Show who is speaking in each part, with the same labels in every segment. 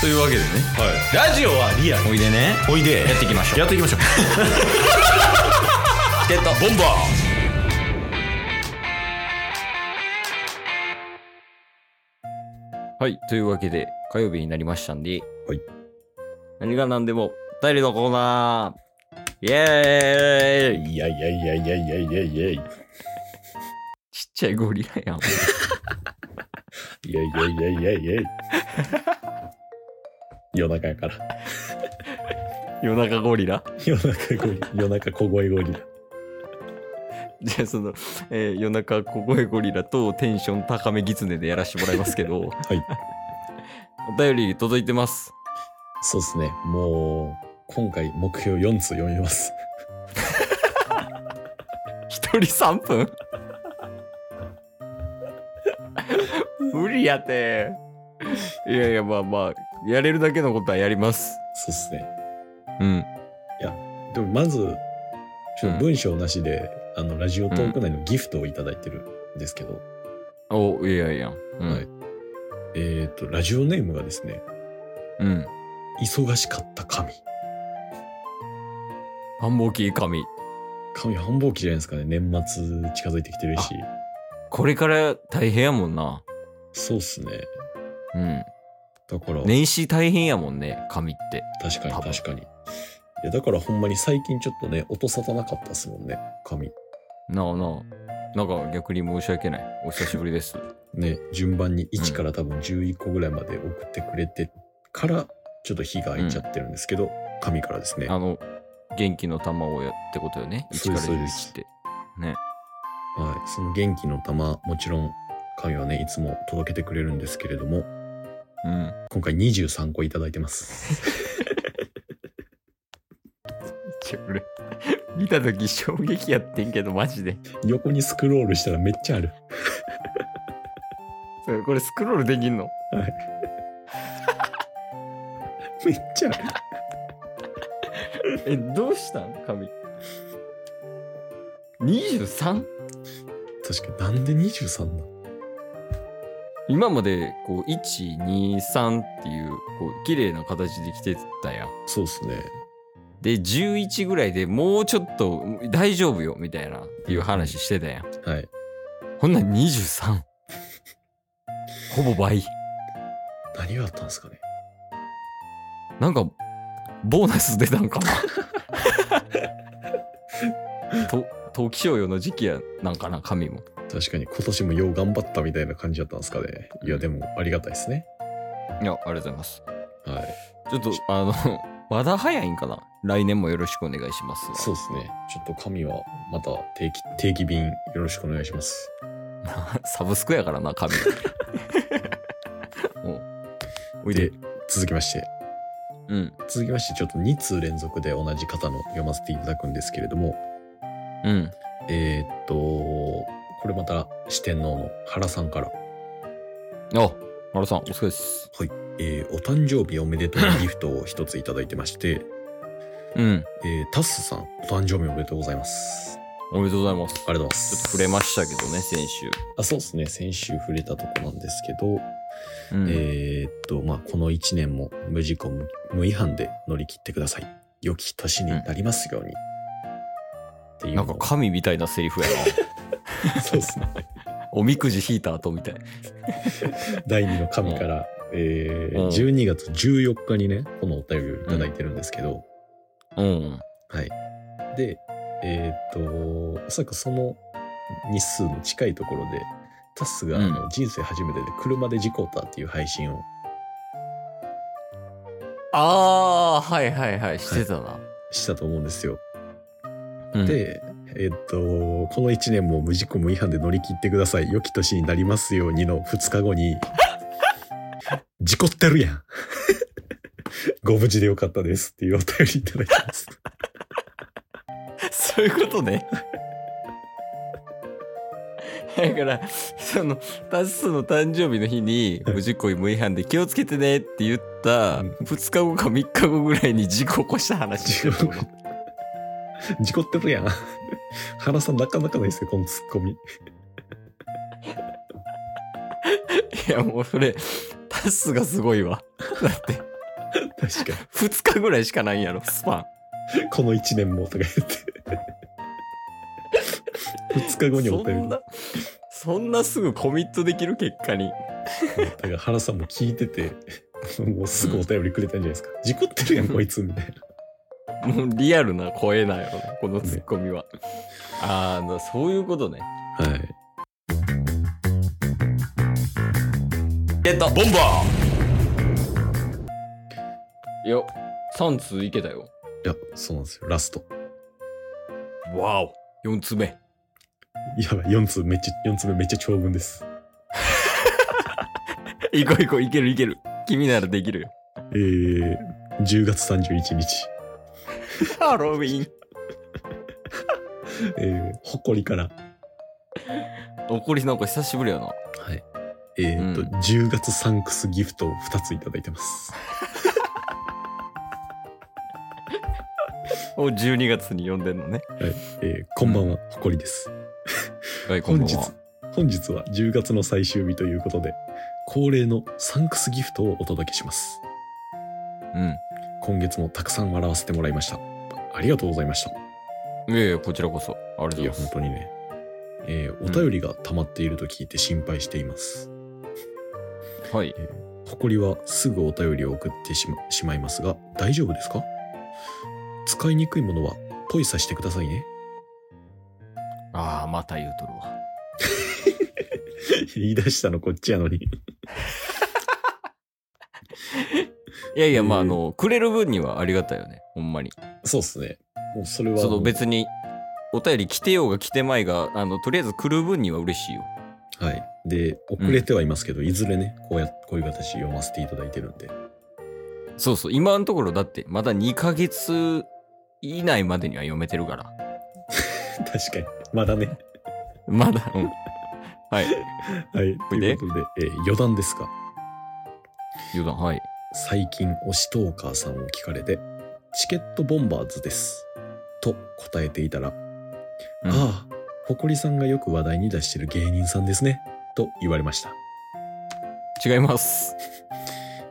Speaker 1: というわけでね
Speaker 2: ラジオはリアル
Speaker 1: おいでね
Speaker 2: おいで
Speaker 1: やっていきましょう
Speaker 2: やっていきましょう
Speaker 1: チケットボンバーはいというわけで火曜日になりましたんで
Speaker 2: はい
Speaker 1: 何が何でもお便りのコーナーイエーイ
Speaker 2: いやいやいやいやいやいやいやいやい
Speaker 1: ちっちゃいゴリラやん
Speaker 2: やいやいやいやいや夜中やから
Speaker 1: 夜中ゴリラ
Speaker 2: 夜中ゴリ夜中小声ゴリラ
Speaker 1: じゃあその、えー夜中小声ゴリラとテンション高め狐でやらせてもらいますけど
Speaker 2: い
Speaker 1: お便り届いてます
Speaker 2: そうっすねもう今回目標4つ読みます
Speaker 1: 一人3分 無理やていやいやまあまあやれるだけのことはやります
Speaker 2: そうっすね
Speaker 1: うん
Speaker 2: でもまずちょっと文章なしで、あのラジオトーク内のギフトをいただいてるんですけど、
Speaker 1: おいやいやうん、
Speaker 2: はいえっ、とラジオネームがですね
Speaker 1: うん
Speaker 2: 忙しかった神
Speaker 1: 繁忙期神
Speaker 2: 神繁忙期じゃないですかね年末近づいてきてるし
Speaker 1: これから大変やもんな
Speaker 2: そうっすね
Speaker 1: うん
Speaker 2: だから、
Speaker 1: 年始大変やもんね神って
Speaker 2: 確かに
Speaker 1: 多分
Speaker 2: 確かにいやだからほんまに最近ちょっとね音沙汰なかったっすもんね神
Speaker 1: なあなあなんか逆に申し訳ないお久しぶりです
Speaker 2: ね順番に
Speaker 1: う
Speaker 2: 1
Speaker 1: ん
Speaker 2: から多分11個ぐらいまで送ってくれてからちょっと日が空いちゃってるんですけど、神からですね
Speaker 1: あの元気の玉をやってことよね1
Speaker 2: そう
Speaker 1: か
Speaker 2: で
Speaker 1: ら
Speaker 2: す
Speaker 1: 11って
Speaker 2: はい、その元気の玉もちろん神はねいつも届けてくれるんですけれども
Speaker 1: うん
Speaker 2: 今回23個いただいてます
Speaker 1: ちょ俺 見た時衝撃やってんけどマジで
Speaker 2: 横にスクロールしたらめっちゃある
Speaker 1: それこれスクロールできんの
Speaker 2: めっちゃある
Speaker 1: えどうしたん髪 23?
Speaker 2: 確かになんで23なの
Speaker 1: 今までこう123っていうこう綺麗な形で来てたやん
Speaker 2: そうっすね
Speaker 1: で11ぐらいでもうちょっと大丈夫よみたいなっていう話してたやん
Speaker 2: はい
Speaker 1: ほんなら23ほぼ倍
Speaker 2: 何があったんですかね
Speaker 1: なんかボーナス出たんかなと冬季商用の時期やなんかな神も
Speaker 2: 確かに今年もよう頑張ったみたいな感じだったんですかねいやでもありがたいですね
Speaker 1: いやありがとうございます
Speaker 2: はい
Speaker 1: ちょっとあの まだ早いんかな来年もよろしくお願いします
Speaker 2: そうですねちょっと神はまた定期定期便よろしくお願いします
Speaker 1: な サブスクやからな 神おうおいで
Speaker 2: で続きまして
Speaker 1: うん
Speaker 2: 続きましてちょっと2通連続で同じ方の読ませていただくんですけれども
Speaker 1: うん
Speaker 2: えーっと、これまた四天王の原さんから、
Speaker 1: あ丸さんお疲れっす
Speaker 2: えーお誕生日おめでとうのギフトを一ついただいてまして、
Speaker 1: うん
Speaker 2: えータッスさん、お誕生日おめでとうございます。
Speaker 1: おめでとうございます
Speaker 2: ありがとうございま
Speaker 1: ちょ
Speaker 2: す
Speaker 1: っ。と触れましたけどね先週
Speaker 2: あそうですね、先週触れたとこなんですけど、
Speaker 1: うん、
Speaker 2: えーっと、まあ、この一年も無事故無無違反で乗り切ってください。良き年になりますように。っていう
Speaker 1: な
Speaker 2: の
Speaker 1: ん
Speaker 2: を
Speaker 1: か神みたいな セリフやな
Speaker 2: そうですね。
Speaker 1: おみくじ引いた後みたい
Speaker 2: 第二の神から、えー
Speaker 1: うん
Speaker 2: 12月14日にね、このお便りをいただいてるんですけど、
Speaker 1: うん
Speaker 2: はい。で、えーっと、おそらくその日数の近いところで、タスが
Speaker 1: うん
Speaker 2: あの人生初めてで車で事故ったっていう配信を
Speaker 1: ああーはいはいはいしてたな、
Speaker 2: したと思うんですよ。
Speaker 1: うん、
Speaker 2: で、えーっと、この1年も無事故無違反で乗り切ってください。良き年になりますようにの2日後に、 事故ってるやん。 ご無事でよかったですっていうお便りいただいてます。
Speaker 1: そういうことね。 だから、その、タスの誕生日の日に、無事故無違反で気をつけてねって言った、
Speaker 2: うん
Speaker 1: 2日後か3日後ぐらいに事故起こした話 してるところ。
Speaker 2: 事故ってるやん。原さんなかなかないですよ、このツッコミ。
Speaker 1: いや、もうそれ、タスがすごいわ。だって、
Speaker 2: 確か
Speaker 1: 2日ぐらいしかないんやろ、スパン。
Speaker 2: に。この1年もとか言って。2日後にお
Speaker 1: そ
Speaker 2: 便
Speaker 1: ん
Speaker 2: り。だ
Speaker 1: な、そんなすぐコミットできる結果に。
Speaker 2: から原さんも聞いてて、もうすぐお便りくれたんじゃないですか。事故ってるやん、こいつ、みたいな。
Speaker 1: もうリアルな声なんやろね、このツッコミは。ああ、そういうことね。
Speaker 2: はい。
Speaker 1: ゲットボンバーよ、3通いけたよ。
Speaker 2: いや、そうなんですよ。ラスト。
Speaker 1: わお !4 つ目。
Speaker 2: やばい、4つめっちゃ、4つ目めっちゃ長文です。
Speaker 1: いこういこう、いけるいける。君ならできるよ。
Speaker 2: えー、10月31日。
Speaker 1: ハロウィン。
Speaker 2: えー、ほこりから。
Speaker 1: 怒りなんか久しぶりやな。
Speaker 2: はい。えー、と、
Speaker 1: うん
Speaker 2: 10月サンクスギフトを2ついただいてます。
Speaker 1: お、12月に呼んでんのね。
Speaker 2: えー、こんばんは、ほこりです。
Speaker 1: はい、こん
Speaker 2: 本
Speaker 1: ばん
Speaker 2: 日
Speaker 1: は。、
Speaker 2: 本日は10月の最終日ということで、恒例のサンクスギフトをお届けします。今月もたくさん笑わせてもらいました。ありがとうございました。
Speaker 1: うん。いやいや、こちらこそ。ありがと
Speaker 2: いうや、
Speaker 1: ござい
Speaker 2: 本
Speaker 1: ます。
Speaker 2: 当にね。えー、お便りが溜まっていると聞いて心配しています。
Speaker 1: はい。
Speaker 2: えー誇りはすぐお便りを送ってしましまいますが大丈夫ですか使いにくいものはポイさせてくださいね
Speaker 1: ああ、また言うとるわ。
Speaker 2: 言い出したのこっちやのに
Speaker 1: いやいや、まあ、
Speaker 2: え
Speaker 1: あ
Speaker 2: ー
Speaker 1: の、くれる分にはありがたいよね。ほんまに。
Speaker 2: そうっすねもうそれは
Speaker 1: その別に、お便り来てようが来てまいが、あの、とりあえず来る分には嬉しいよ。
Speaker 2: はいで遅れてはいますけど、いずれねこうやこういう形読ませていただいてるんで
Speaker 1: そうそう、今のところだって、まだ2ヶ月以内までには読めてるから。
Speaker 2: 確かにまだね
Speaker 1: まだ、うん。はい。
Speaker 2: はい
Speaker 1: ほ
Speaker 2: と
Speaker 1: い
Speaker 2: い
Speaker 1: で
Speaker 2: うことで、えー余談ですが
Speaker 1: 余談、はい。
Speaker 2: 最近推しトーカーさんを聞かれてチケットボンバーズですと答えていたら
Speaker 1: うん
Speaker 2: ああ、ほこりさんがよく話題に出してる芸人さんですね。と言われました。
Speaker 1: 違います。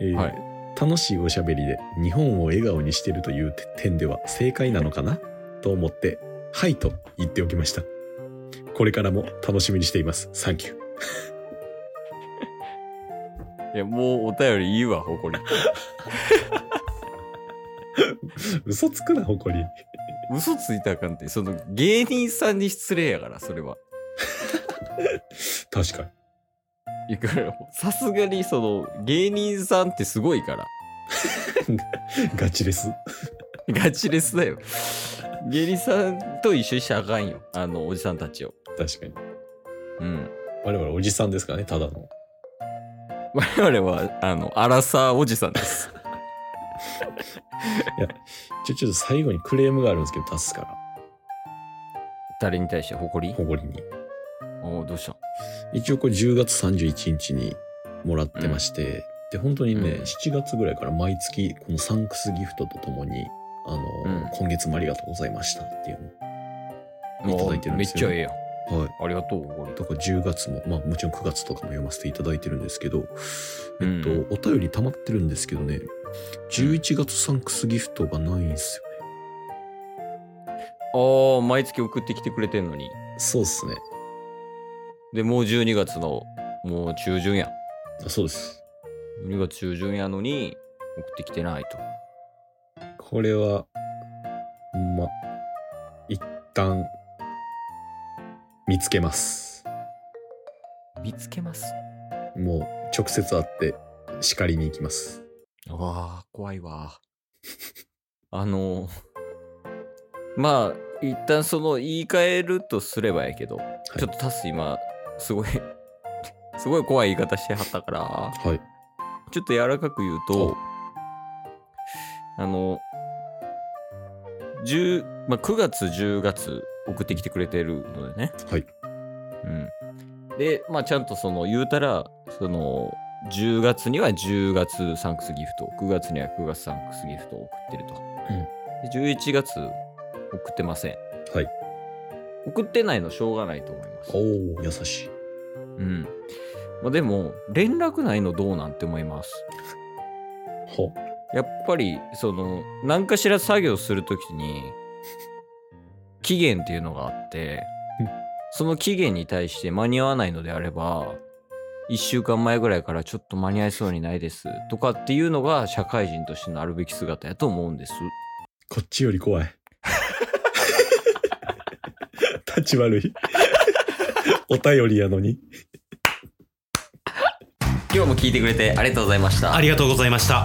Speaker 2: えー
Speaker 1: はい
Speaker 2: 楽しいおしゃべりで日本を笑顔にしてるという点では正解なのかなと思って、はいと言っておきました。これからも楽しみにしています。サンキュー。
Speaker 1: いや、もうお便りいいわ、誇り。
Speaker 2: 嘘つくな、ほこり。
Speaker 1: 嘘ついたらあかんって、その芸人さんに失礼やから、それは。
Speaker 2: 確かに。
Speaker 1: いやからさすがにその芸人さんってすごいから。
Speaker 2: ガチです。
Speaker 1: ガチレスだよ。芸人さんと一緒にしちゃあかんよ。あの、おじさんたちを。
Speaker 2: 確かに。
Speaker 1: うん。
Speaker 2: 我々おじさんですからね、ただの。
Speaker 1: 我々は、 あの、アラサーおじさんです。
Speaker 2: ちょ、ちょっと最後にクレームがあるんですけど、出すから。
Speaker 1: 誰に対して誇り
Speaker 2: ほこりに。
Speaker 1: おおどうした
Speaker 2: 一応これ10月31日にもらってまして、で本当にね、
Speaker 1: うん
Speaker 2: 7月ぐらいから毎月このサンクスギフトとともにあの、
Speaker 1: うん
Speaker 2: 今月もありがとうございましたっていうのをいただいてるん
Speaker 1: め
Speaker 2: で
Speaker 1: っ
Speaker 2: す
Speaker 1: ち
Speaker 2: よ、
Speaker 1: ゃええやん。
Speaker 2: えはい
Speaker 1: ありがとう、誇り。
Speaker 2: だから10月もまあもちろん9月とかも読ませていただいてるんですけどえっと、
Speaker 1: うん
Speaker 2: お便り溜まってるんですけどね11月サンクスギフトがないんですよね
Speaker 1: ああ、毎月送ってきてくれてんのに。
Speaker 2: そうですね
Speaker 1: で、もう12月の、もう中旬やん。
Speaker 2: あそうです
Speaker 1: 12月中旬やのに、送ってきてないと。
Speaker 2: これはほんま一旦見つけます
Speaker 1: 見つけます。
Speaker 2: もう直接会って叱りに行きます
Speaker 1: わあ、怖いわ。あの、まあ、一旦その言い換えるとすればやけど、
Speaker 2: い
Speaker 1: ちょっとタス今、すごい、 すごい怖い言い方してはったから、
Speaker 2: はい
Speaker 1: ちょっと柔らかく言うと、あの、10まあ、9月、10月送ってきてくれてるのでね。
Speaker 2: はい
Speaker 1: うん。で、まあ、ちゃんとその言うたら、その、10月には10月サンクスギフト、9月には9月サンクスギフトを送ってると。で11月送ってません。
Speaker 2: はい
Speaker 1: 送ってないのしょうがないと思います。
Speaker 2: おお優しい
Speaker 1: うん。まあ、でも、連絡ないのどうなんて思います。
Speaker 2: ほ
Speaker 1: やっぱりその何かしら作業するときに期限っていうのがあって
Speaker 2: うん
Speaker 1: その期限に対して間に合わないのであれば1週間前ぐらいからちょっと間に合いそうにないですとかっていうのが社会人としてのあるべき姿やと思うんです。
Speaker 2: こっちより怖 い。立ち悪い。お便りやのに。
Speaker 1: 今日も聞いてくれてありがとうございました
Speaker 3: ありがとうございました